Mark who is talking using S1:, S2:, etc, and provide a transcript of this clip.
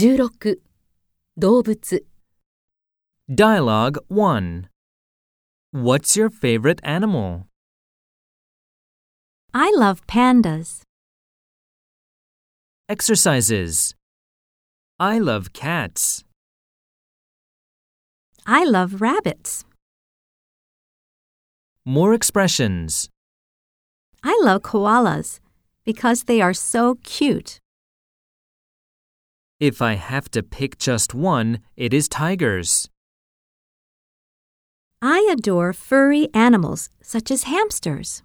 S1: 16動物
S2: Dialogue 1 What's your favorite animal?
S3: I love pandas.
S2: Exercises. I love cats.
S3: I love rabbits.
S2: More expressions.
S3: I love koalas because they are so cute.
S2: If I have to pick just one, it is tigers.
S3: I adore furry animals such as hamsters.